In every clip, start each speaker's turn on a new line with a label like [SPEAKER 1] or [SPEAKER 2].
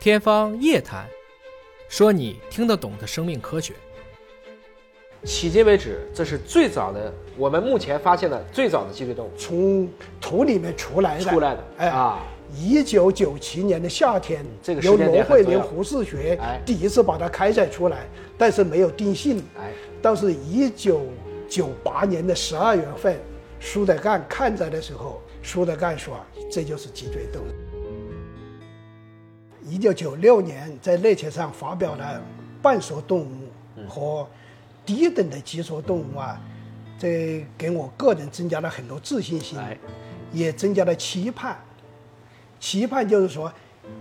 [SPEAKER 1] 天方夜谭，说你听得懂的生命科学。
[SPEAKER 2] 迄今为止，这是最早的我们目前发现的最早的脊椎动物
[SPEAKER 3] 从土里面出来的。
[SPEAKER 2] 出来的。
[SPEAKER 3] 哎
[SPEAKER 2] 啊，
[SPEAKER 3] 一九九七年的夏天，
[SPEAKER 2] 这个时
[SPEAKER 3] 由
[SPEAKER 2] 间点很
[SPEAKER 3] 罗惠
[SPEAKER 2] 重
[SPEAKER 3] 民
[SPEAKER 2] 要
[SPEAKER 3] 胡适学
[SPEAKER 2] 哎
[SPEAKER 3] 第一次把它开采出来，但是没有定性。
[SPEAKER 2] 哎，
[SPEAKER 3] 但是，一九九八年的十二月份，苏德干看着的时候，苏德干说：“这就是脊椎动物。”一九九六年，在《内切上发表了半索动物和低等的脊索动物啊，这给我个人增加了很多自信心
[SPEAKER 2] 哎，
[SPEAKER 3] 也增加了期盼。期盼就是说，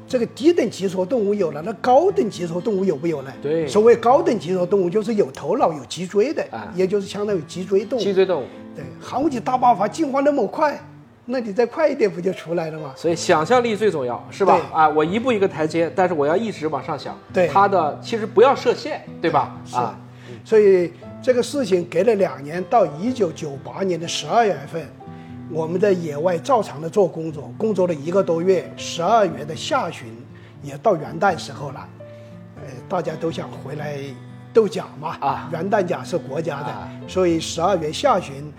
[SPEAKER 3] 这个低等脊索动物有了，那高等脊索动物有没有呢？
[SPEAKER 2] 对
[SPEAKER 3] 所谓高等脊索动物就是有头脑、有脊椎的，
[SPEAKER 2] 啊
[SPEAKER 3] 也就是相当于脊椎动物。
[SPEAKER 2] 嗯脊椎动物。
[SPEAKER 3] 对，寒武纪大爆发进化那么快，那你再快一点不就出来了吗？
[SPEAKER 2] 所以想象力最重要，是吧？
[SPEAKER 3] 对
[SPEAKER 2] 啊，我一步一个台阶，但是我要一直往上想。
[SPEAKER 3] 对
[SPEAKER 2] 它的其实不要设限，对吧？
[SPEAKER 3] 是
[SPEAKER 2] 啊，
[SPEAKER 3] 所以这个事情隔了两年，到一九九八年的十二月份，我们在野外照常的做工作，工作了一个多月，十二月的下旬也到元旦时候了，呃，大家都想回来斗甲嘛，
[SPEAKER 2] 啊
[SPEAKER 3] 元旦甲是国家的，
[SPEAKER 2] 啊
[SPEAKER 3] 所以十二月下旬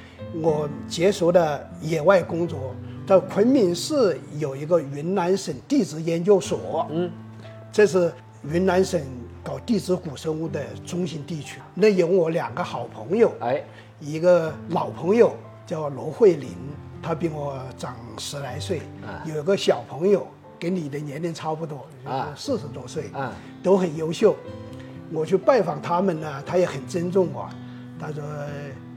[SPEAKER 3] 我结束了野外工作，到昆明市有一个云南省地质研究所，嗯。这是云南省搞地质古生物的中心地区。那有我两个好朋友，
[SPEAKER 2] 哎，
[SPEAKER 3] 一个老朋友叫罗慧玲，她比我长十来岁；有个小朋友跟你的年龄差不多，
[SPEAKER 2] 啊
[SPEAKER 3] 四十多岁，
[SPEAKER 2] 啊
[SPEAKER 3] 都很优秀。我去拜访他们呢，他也很尊重我。他说：“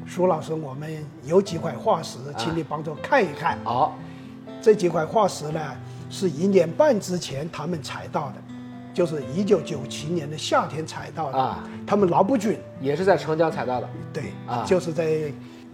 [SPEAKER 3] 苏老师，我们有几块化石，请你帮着看一看。
[SPEAKER 2] 好，
[SPEAKER 3] 这几块化石呢，是一年半之前他们采到的，就是一九九七年的夏天采到的。
[SPEAKER 2] 啊，
[SPEAKER 3] 他们拿不准，
[SPEAKER 2] 也是在澄江采到的，
[SPEAKER 3] 对，
[SPEAKER 2] 啊
[SPEAKER 3] 就是在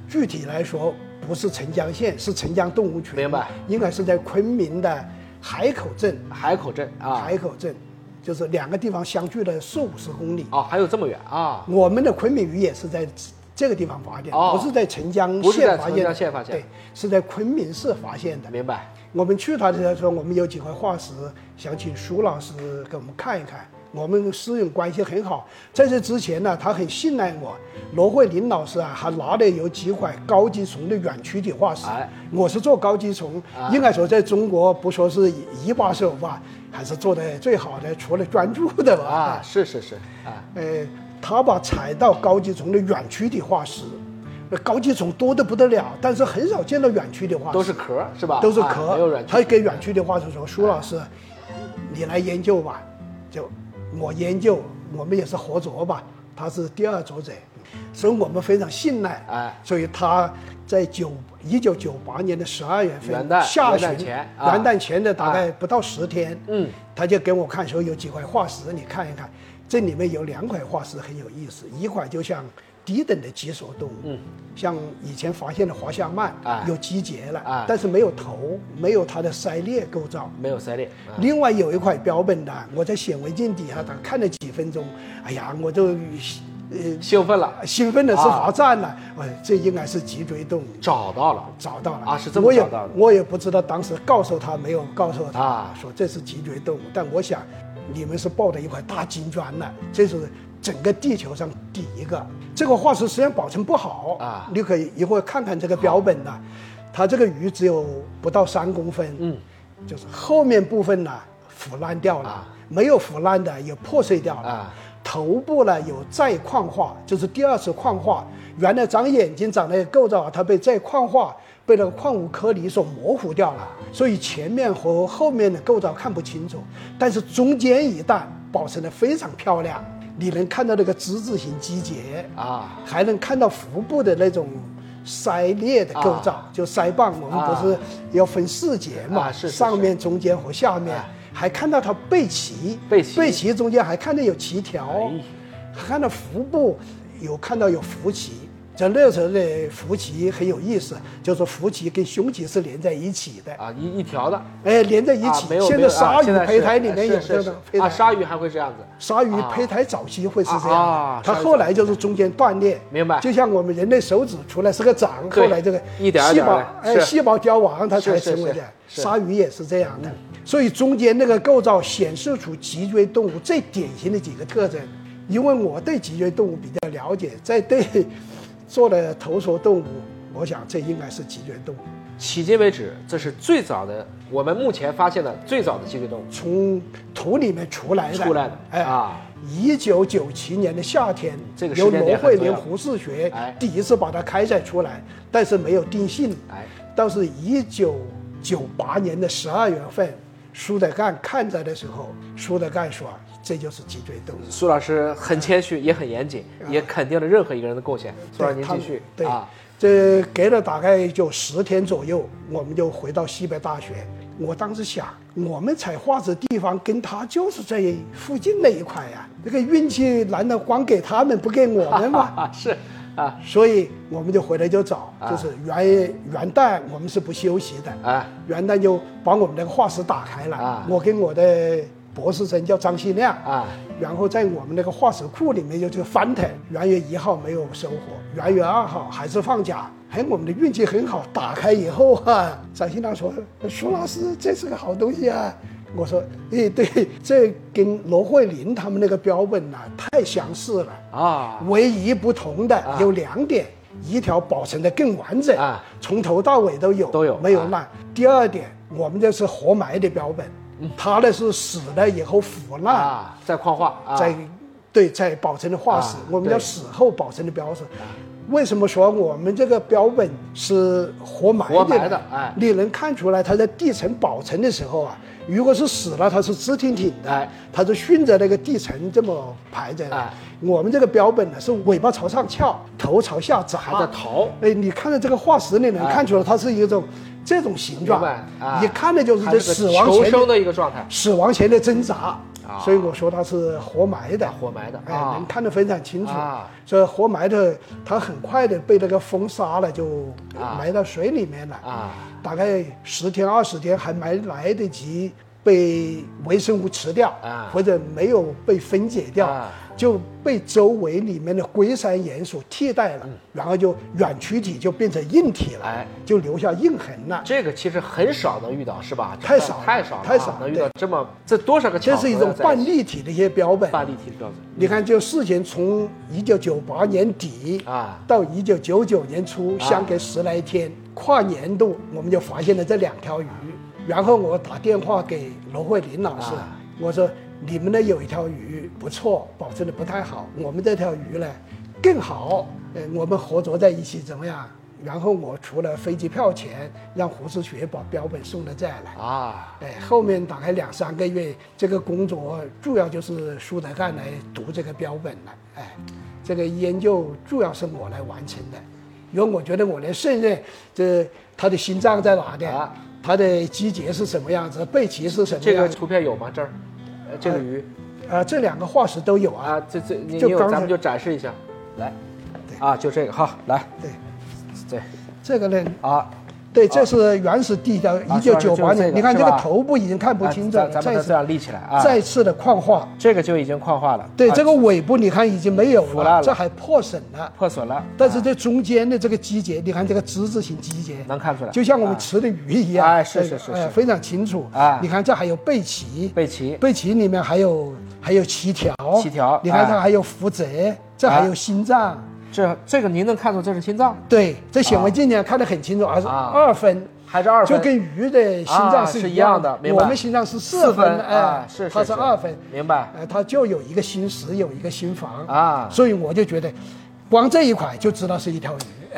[SPEAKER 3] 具体来说，不是澄江县，是澄江动物群，
[SPEAKER 2] 明白？
[SPEAKER 3] 应该是在昆明的海口镇，
[SPEAKER 2] 海口镇啊。
[SPEAKER 3] 海口镇，就是两个地方相距了四五十公里。
[SPEAKER 2] 哦，还有这么远啊？
[SPEAKER 3] 我们的昆明鱼也是在这个地方发现，
[SPEAKER 2] 哦
[SPEAKER 3] 不是在澄江
[SPEAKER 2] 不是在
[SPEAKER 3] 县发
[SPEAKER 2] 澄
[SPEAKER 3] 现
[SPEAKER 2] 江
[SPEAKER 3] 的，
[SPEAKER 2] 县发现
[SPEAKER 3] 对，是在昆明市发现的。
[SPEAKER 2] 明白。
[SPEAKER 3] 我们去他的时候说，我们有几块化石，想请苏老师给我们看一看。我们私人关系很好，在这之前呢，他很信赖我。罗慧林老师啊，还拿了有几块高级虫的远躯体化石。
[SPEAKER 2] 哎
[SPEAKER 3] 我是做高级虫，应该说在中国不说是一把手吧，还是做的最好的，除了专注的吧。
[SPEAKER 2] 啊，是是是啊，
[SPEAKER 3] 呃，他把采到高级虫的远区体化石，那呃高级虫多得不得了，但是很少见到远区体化石，
[SPEAKER 2] 都是壳儿是吧？
[SPEAKER 3] 都是
[SPEAKER 2] 啊
[SPEAKER 3] 壳，
[SPEAKER 2] 没有软
[SPEAKER 3] 他
[SPEAKER 2] 壳。
[SPEAKER 3] 给远区的化石说：“苏老师，你来研究吧。”就我研究，我们也是合作吧。他是第二作者，所以我们非常信赖。
[SPEAKER 2] 哎
[SPEAKER 3] 所以他在九一九九八年的十二月份
[SPEAKER 2] 元旦
[SPEAKER 3] 下旬
[SPEAKER 2] 元旦前啊
[SPEAKER 3] 元旦前的大概不到十天，
[SPEAKER 2] 嗯，
[SPEAKER 3] 他就给我看说有几块化石，你看一看，这里面有两块化石很有意思，一块就像低等的脊索动物，嗯，像以前发现的华夏鳗
[SPEAKER 2] 哎
[SPEAKER 3] 有脊节了，
[SPEAKER 2] 哎
[SPEAKER 3] 但是没有头，没有它的鳃裂构造。
[SPEAKER 2] 没有鳃裂，啊
[SPEAKER 3] 另外有一块标本的，我在显微镜底下它看了几分钟，哎呀，我都呃
[SPEAKER 2] 兴奋了，
[SPEAKER 3] 兴奋的是
[SPEAKER 2] 啊
[SPEAKER 3] 罚站了，哎，这应该是脊椎动物。
[SPEAKER 2] 找到了，
[SPEAKER 3] 找到了
[SPEAKER 2] 啊是这么找到的
[SPEAKER 3] 我也我也不知道当时告诉他没有告诉他，
[SPEAKER 2] 啊
[SPEAKER 3] 说这是脊椎动物，但我想你们是抱着一块大金砖呢，这是整个地球上第一个。这个化石实际上保存不好
[SPEAKER 2] 啊
[SPEAKER 3] 你可以一会儿看看这个标本呢、它这个鱼只有不到三公分，嗯，就是后面部分呢腐烂掉了，
[SPEAKER 2] 啊
[SPEAKER 3] 没有腐烂的也破碎掉了。
[SPEAKER 2] 啊
[SPEAKER 3] 头部呢有再矿化，就是第二次矿化。原来长眼睛长那个构造啊，它被再矿化，被那个矿物颗粒所模糊掉了，所以前面和后面的构造看不清楚。但是中间一段保存得非常漂亮，你能看到那个之字形肌节
[SPEAKER 2] 啊，
[SPEAKER 3] 还能看到腹部的那种鳃裂的构造，就鳃蚌，我们不是要分四节嘛，
[SPEAKER 2] 啊是是是
[SPEAKER 3] 上面、中间和下面，
[SPEAKER 2] 啊
[SPEAKER 3] 还看到它背鳍，
[SPEAKER 2] 背鳍
[SPEAKER 3] 哦中间还看到有鳍条，
[SPEAKER 2] 哎
[SPEAKER 3] 还看到腹部有看到有浮鳍，在那时候的浮鳍很有意思，就是浮鳍跟胸鳍是连在一起的，
[SPEAKER 2] 啊，一一条的，
[SPEAKER 3] 哎，连在一
[SPEAKER 2] 啊
[SPEAKER 3] 起。
[SPEAKER 2] 没有
[SPEAKER 3] 现
[SPEAKER 2] 没
[SPEAKER 3] 在
[SPEAKER 2] 有
[SPEAKER 3] 鲨
[SPEAKER 2] 啊
[SPEAKER 3] 鱼
[SPEAKER 2] 现在
[SPEAKER 3] 胚
[SPEAKER 2] 是
[SPEAKER 3] 胎里
[SPEAKER 2] 哎
[SPEAKER 3] 面
[SPEAKER 2] 是
[SPEAKER 3] 有
[SPEAKER 2] 是
[SPEAKER 3] 这
[SPEAKER 2] 是
[SPEAKER 3] 种胚胎
[SPEAKER 2] 啊，鲨鱼还会这样子，
[SPEAKER 3] 鲨鱼胚胎早期会是这样，
[SPEAKER 2] 啊啊
[SPEAKER 3] 它后来就是中间断裂，
[SPEAKER 2] 明白
[SPEAKER 3] 就像我们人类手指出来是个掌，
[SPEAKER 2] 对
[SPEAKER 3] 后来这个
[SPEAKER 2] 一点儿
[SPEAKER 3] 细
[SPEAKER 2] 点儿
[SPEAKER 3] 胞
[SPEAKER 2] 的
[SPEAKER 3] 哎
[SPEAKER 2] 是
[SPEAKER 3] 细胞凋亡，它才
[SPEAKER 2] 是是
[SPEAKER 3] 成为
[SPEAKER 2] 是
[SPEAKER 3] 的。
[SPEAKER 2] 是
[SPEAKER 3] 鲨鱼也是这样的，所以中间那个构造显示出脊椎动物最典型的几个特征。因为我对脊椎动物比较了解，在对做了头索动物，我想这应该是脊椎动物。
[SPEAKER 2] 迄今为止，这是最早的，我们目前发现的最早的脊椎动物
[SPEAKER 3] 从土里面出来的，
[SPEAKER 2] 出来的
[SPEAKER 3] 哎
[SPEAKER 2] 啊。
[SPEAKER 3] 一九九七年的夏天，
[SPEAKER 2] 这个时
[SPEAKER 3] 由
[SPEAKER 2] 间
[SPEAKER 3] 罗
[SPEAKER 2] 点
[SPEAKER 3] 慧
[SPEAKER 2] 很重
[SPEAKER 3] 玲、
[SPEAKER 2] 要
[SPEAKER 3] 胡适学
[SPEAKER 2] 哎
[SPEAKER 3] 第一次把它开采出来，但是没有定性。
[SPEAKER 2] 哎，
[SPEAKER 3] 到是一九九八年的十二月份，苏德干看着的时候，苏德干说：“这就是脊椎动物。
[SPEAKER 2] 苏老师很谦虚，也很严谨，也肯定了任何一个人的贡献。苏
[SPEAKER 3] 啊对
[SPEAKER 2] 老师您
[SPEAKER 3] 他
[SPEAKER 2] 继续
[SPEAKER 3] 对
[SPEAKER 2] 啊，
[SPEAKER 3] 这隔了大概就十天左右，我们就回到西北大学。我当时想，我们采化子地方跟他就是在附近那一块呀、这个运气难道光给他们不给我们吗？
[SPEAKER 2] 啊是啊
[SPEAKER 3] 所以我们就回来就找，
[SPEAKER 2] 啊
[SPEAKER 3] 就是元元旦我们是不休息的，
[SPEAKER 2] 啊
[SPEAKER 3] 元旦就把我们那个化石打开了。
[SPEAKER 2] 啊
[SPEAKER 3] 我跟我的博士生叫张新亮，
[SPEAKER 2] 啊
[SPEAKER 3] 然后在我们那个化石库里面就去翻腾，元月一号没有收获，元月二号还是放假。哎，我们的运气很好，打开以后啊，张新亮说：“苏老师，这是个好东西啊。”我说：“哎，对，这跟罗慧琳他们那个标本呐、太相似了。
[SPEAKER 2] 啊
[SPEAKER 3] 唯一不同的有两点：一条保存的更完整，
[SPEAKER 2] 啊
[SPEAKER 3] 从头到尾都有，
[SPEAKER 2] 都有
[SPEAKER 3] 没有
[SPEAKER 2] 啊
[SPEAKER 3] 烂。第二点，我们这是活埋的标本，它那是死了以后腐烂。
[SPEAKER 2] 嗯啊，在矿化啊，
[SPEAKER 3] 在对在保存的化石
[SPEAKER 2] 啊，
[SPEAKER 3] 我们叫
[SPEAKER 2] 对
[SPEAKER 3] 死后保存的标本。为什么说我们这个标本是活埋的呢？
[SPEAKER 2] 活埋的哎
[SPEAKER 3] 你能看出来它在地层保存的时候啊，如果是死了，它是直挺挺的，
[SPEAKER 2] 哎
[SPEAKER 3] 它是顺着那个地层这么排着的。
[SPEAKER 2] 哎
[SPEAKER 3] 我们这个标本呢是尾巴朝上翘，头朝下砸，
[SPEAKER 2] 还在逃
[SPEAKER 3] 哎，你看到这个化石，你能
[SPEAKER 2] 啊哎
[SPEAKER 3] 看出来它是一种这种形状
[SPEAKER 2] 明白啊，
[SPEAKER 3] 一看的就是
[SPEAKER 2] 它
[SPEAKER 3] 这
[SPEAKER 2] 是个
[SPEAKER 3] 死亡
[SPEAKER 2] 求
[SPEAKER 3] 前
[SPEAKER 2] 生的一个状态，
[SPEAKER 3] 死亡前的挣扎
[SPEAKER 2] 啊，
[SPEAKER 3] 所以我说它是活埋的，
[SPEAKER 2] 活埋的
[SPEAKER 3] 哎，
[SPEAKER 2] 啊
[SPEAKER 3] 能看得非常清楚
[SPEAKER 2] 啊。
[SPEAKER 3] 所以活埋的，它很快的被那个风沙了，就
[SPEAKER 2] 啊
[SPEAKER 3] 埋到水里面了。
[SPEAKER 2] 啊，
[SPEAKER 3] 大概十天二十天还没来得及被微生物吃掉
[SPEAKER 2] 啊，
[SPEAKER 3] 或者没有被分解掉
[SPEAKER 2] 啊，
[SPEAKER 3] 就被周围里面的龟山岩所替代了，然后就软躯体就变成硬体了
[SPEAKER 2] 嗯哎，
[SPEAKER 3] 就留下印痕了。
[SPEAKER 2] 这个其实很少能遇到，是吧？
[SPEAKER 3] 太少了
[SPEAKER 2] 太少了啊，
[SPEAKER 3] 太少了
[SPEAKER 2] 能遇到这么这多少个巧合
[SPEAKER 3] 这
[SPEAKER 2] 呀？
[SPEAKER 3] 是一种
[SPEAKER 2] 在
[SPEAKER 3] 半立体的一些标本，
[SPEAKER 2] 半立体的标准
[SPEAKER 3] 你看，这个事情从一九九八年底
[SPEAKER 2] 啊
[SPEAKER 3] 到一九九九年初，
[SPEAKER 2] 啊
[SPEAKER 3] 相隔十来天，跨年度我们就发现了这两条鱼。然后我打电话给罗慧琳老师
[SPEAKER 2] 啊，
[SPEAKER 3] 我说你们那有一条鱼不错，保存的不太好，我们这条鱼呢更好，呃，我们合作在一起怎么样？然后我除了飞机票钱，让胡志学把标本送了再来。
[SPEAKER 2] 啊，
[SPEAKER 3] 哎，后面大概两三个月，这个工作主要就是苏德干来读这个标本了。哎，这个研究主要是我来完成的，因为我觉得我能胜任这他的心脏在哪的
[SPEAKER 2] 啊，
[SPEAKER 3] 他的肌节是什么样子，背鳍是什么
[SPEAKER 2] 这个
[SPEAKER 3] 样子。
[SPEAKER 2] 图片有吗？这儿，呃这个鱼
[SPEAKER 3] 啊，这两个化石都有啊。
[SPEAKER 2] 啊，这这你你
[SPEAKER 3] 就
[SPEAKER 2] 有，
[SPEAKER 3] 刚才
[SPEAKER 2] 咱们就展示一下，来
[SPEAKER 3] 对，
[SPEAKER 2] 啊，就这个哈，来，
[SPEAKER 3] 对，
[SPEAKER 2] 对，
[SPEAKER 3] 这个呢，
[SPEAKER 2] 啊，
[SPEAKER 3] 对，这是原始地胶，一九九
[SPEAKER 2] 就是
[SPEAKER 3] 八
[SPEAKER 2] 这
[SPEAKER 3] 年，
[SPEAKER 2] 个
[SPEAKER 3] 你看这个
[SPEAKER 2] 是吧
[SPEAKER 3] 头部已经看不清楚
[SPEAKER 2] 咱
[SPEAKER 3] 了，
[SPEAKER 2] 咱们
[SPEAKER 3] 再
[SPEAKER 2] 把它这
[SPEAKER 3] 次
[SPEAKER 2] 样立起来啊，
[SPEAKER 3] 再次的矿化。
[SPEAKER 2] 这个就已经矿化了，
[SPEAKER 3] 对，
[SPEAKER 2] 啊
[SPEAKER 3] 这个尾部你看已经没有
[SPEAKER 2] 腐烂
[SPEAKER 3] 了，
[SPEAKER 2] 了
[SPEAKER 3] 这还破损了。
[SPEAKER 2] 破损了，
[SPEAKER 3] 但是这中间的这个肌节，你看这个之字形肌节，
[SPEAKER 2] 能看出来啊
[SPEAKER 3] 就像我们吃的鱼一样，
[SPEAKER 2] 哎是是是
[SPEAKER 3] 哎
[SPEAKER 2] 是
[SPEAKER 3] 非常清楚
[SPEAKER 2] 哎
[SPEAKER 3] 你看这还有背鳍，
[SPEAKER 2] 背鳍
[SPEAKER 3] 背鳍里面还有还有鳍条，
[SPEAKER 2] 鳍条
[SPEAKER 3] 你看
[SPEAKER 2] 哎
[SPEAKER 3] 它还有腹泽，这还有心脏，
[SPEAKER 2] 这这个您能看出这是心脏，
[SPEAKER 3] 对，这显微镜呢看得很清楚，而是
[SPEAKER 2] 啊
[SPEAKER 3] 二分。
[SPEAKER 2] 还是二
[SPEAKER 3] 就
[SPEAKER 2] 分？
[SPEAKER 3] 跟鱼的心脏
[SPEAKER 2] 啊
[SPEAKER 3] 是
[SPEAKER 2] 是
[SPEAKER 3] 一
[SPEAKER 2] 一样
[SPEAKER 3] 样
[SPEAKER 2] 的明
[SPEAKER 3] 我
[SPEAKER 2] 白
[SPEAKER 3] 们心脏是四
[SPEAKER 2] 四
[SPEAKER 3] 分，
[SPEAKER 2] 分
[SPEAKER 3] 哎
[SPEAKER 2] 啊，是
[SPEAKER 3] 它
[SPEAKER 2] 是
[SPEAKER 3] 是
[SPEAKER 2] 是
[SPEAKER 3] 二分，
[SPEAKER 2] 明白
[SPEAKER 3] 哎，它就有一个心室，有一个心房
[SPEAKER 2] 啊
[SPEAKER 3] 所以我就觉得，光这一块就知道是一条鱼。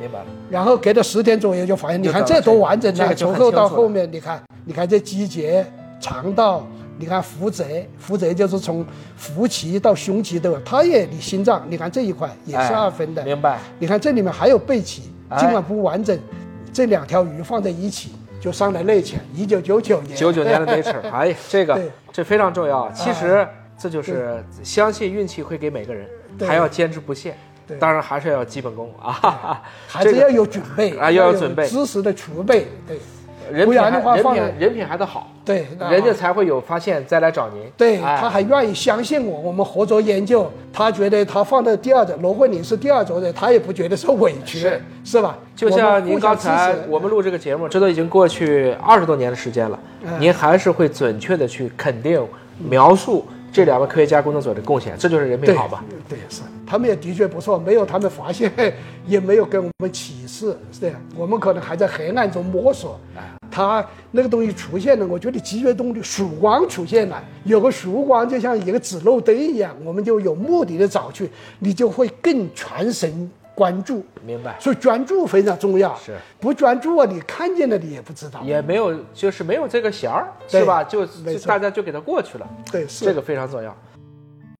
[SPEAKER 2] 明白了，
[SPEAKER 3] 然后隔了十天左右就发现，你看这多完整
[SPEAKER 2] 这
[SPEAKER 3] 啊！
[SPEAKER 2] 个就
[SPEAKER 3] 从
[SPEAKER 2] 很
[SPEAKER 3] 后到
[SPEAKER 2] 清楚了
[SPEAKER 3] 后面，你看，你看这肌节、肠道，你看腹泽，腹泽就是从腹鳍到胸鳍都有，它也离心脏，你看这一块也是
[SPEAKER 2] 哎
[SPEAKER 3] 二分的。
[SPEAKER 2] 明白
[SPEAKER 3] 你看这里面还有背鳍，
[SPEAKER 2] 哎
[SPEAKER 3] 尽管不完整，这两条鱼放在一起就上了内潜。一九九九年，
[SPEAKER 2] 九九年的 Nature，哎呀，这个
[SPEAKER 3] 对嗯
[SPEAKER 2] 这非常重要，其实这就是相信运气会给每个人，
[SPEAKER 3] 对
[SPEAKER 2] 还要坚持不懈，
[SPEAKER 3] 对
[SPEAKER 2] 当然还是要有基本功 啊，
[SPEAKER 3] 还是
[SPEAKER 2] 这
[SPEAKER 3] 要
[SPEAKER 2] 个
[SPEAKER 3] 有准备
[SPEAKER 2] 啊要有
[SPEAKER 3] 要
[SPEAKER 2] 准备
[SPEAKER 3] 知识的储备，对
[SPEAKER 2] 人
[SPEAKER 3] 不
[SPEAKER 2] 品
[SPEAKER 3] 然的话
[SPEAKER 2] 还人
[SPEAKER 3] 放
[SPEAKER 2] 品人品还得好，
[SPEAKER 3] 对，那
[SPEAKER 2] 人家才会有发现再来找您。
[SPEAKER 3] 啊对，
[SPEAKER 2] 哎
[SPEAKER 3] 他还愿意相信我，我们合作研究。他觉得他放在第二者，罗慧玲是第二者的，他也不觉得受委屈，
[SPEAKER 2] 是
[SPEAKER 3] 是吧？
[SPEAKER 2] 就
[SPEAKER 3] 我
[SPEAKER 2] 像
[SPEAKER 3] 们互
[SPEAKER 2] 您
[SPEAKER 3] 相
[SPEAKER 2] 刚
[SPEAKER 3] 支
[SPEAKER 2] 才
[SPEAKER 3] 持
[SPEAKER 2] 我们录这个节目，这都已经过去二十多年的时间了，
[SPEAKER 3] 嗯
[SPEAKER 2] 您还是会准确的去肯定、描述这两位科学家工作者的贡献，这就是人品
[SPEAKER 3] 对
[SPEAKER 2] 好吧？？
[SPEAKER 3] 对，是，他们也的确不错，没有他们发现，也没有给我们启示，是这样。我们可能还在黑暗中摸索。
[SPEAKER 2] 哎
[SPEAKER 3] 他那个东西出现了，我觉得集约动力曙光出现了，有个曙光就像一个指路灯一样，我们就有目的的找去，你就会更全神关注。
[SPEAKER 2] 明白。
[SPEAKER 3] 所以专注非常重要，
[SPEAKER 2] 是
[SPEAKER 3] 不专注啊，你看见了你也不知道。
[SPEAKER 2] 也没有，就是没有这个弦儿，
[SPEAKER 3] 对
[SPEAKER 2] 是吧？就
[SPEAKER 3] 没
[SPEAKER 2] 就
[SPEAKER 3] 错
[SPEAKER 2] 大家就给它过去了，
[SPEAKER 3] 对，是
[SPEAKER 2] 这个非常重要。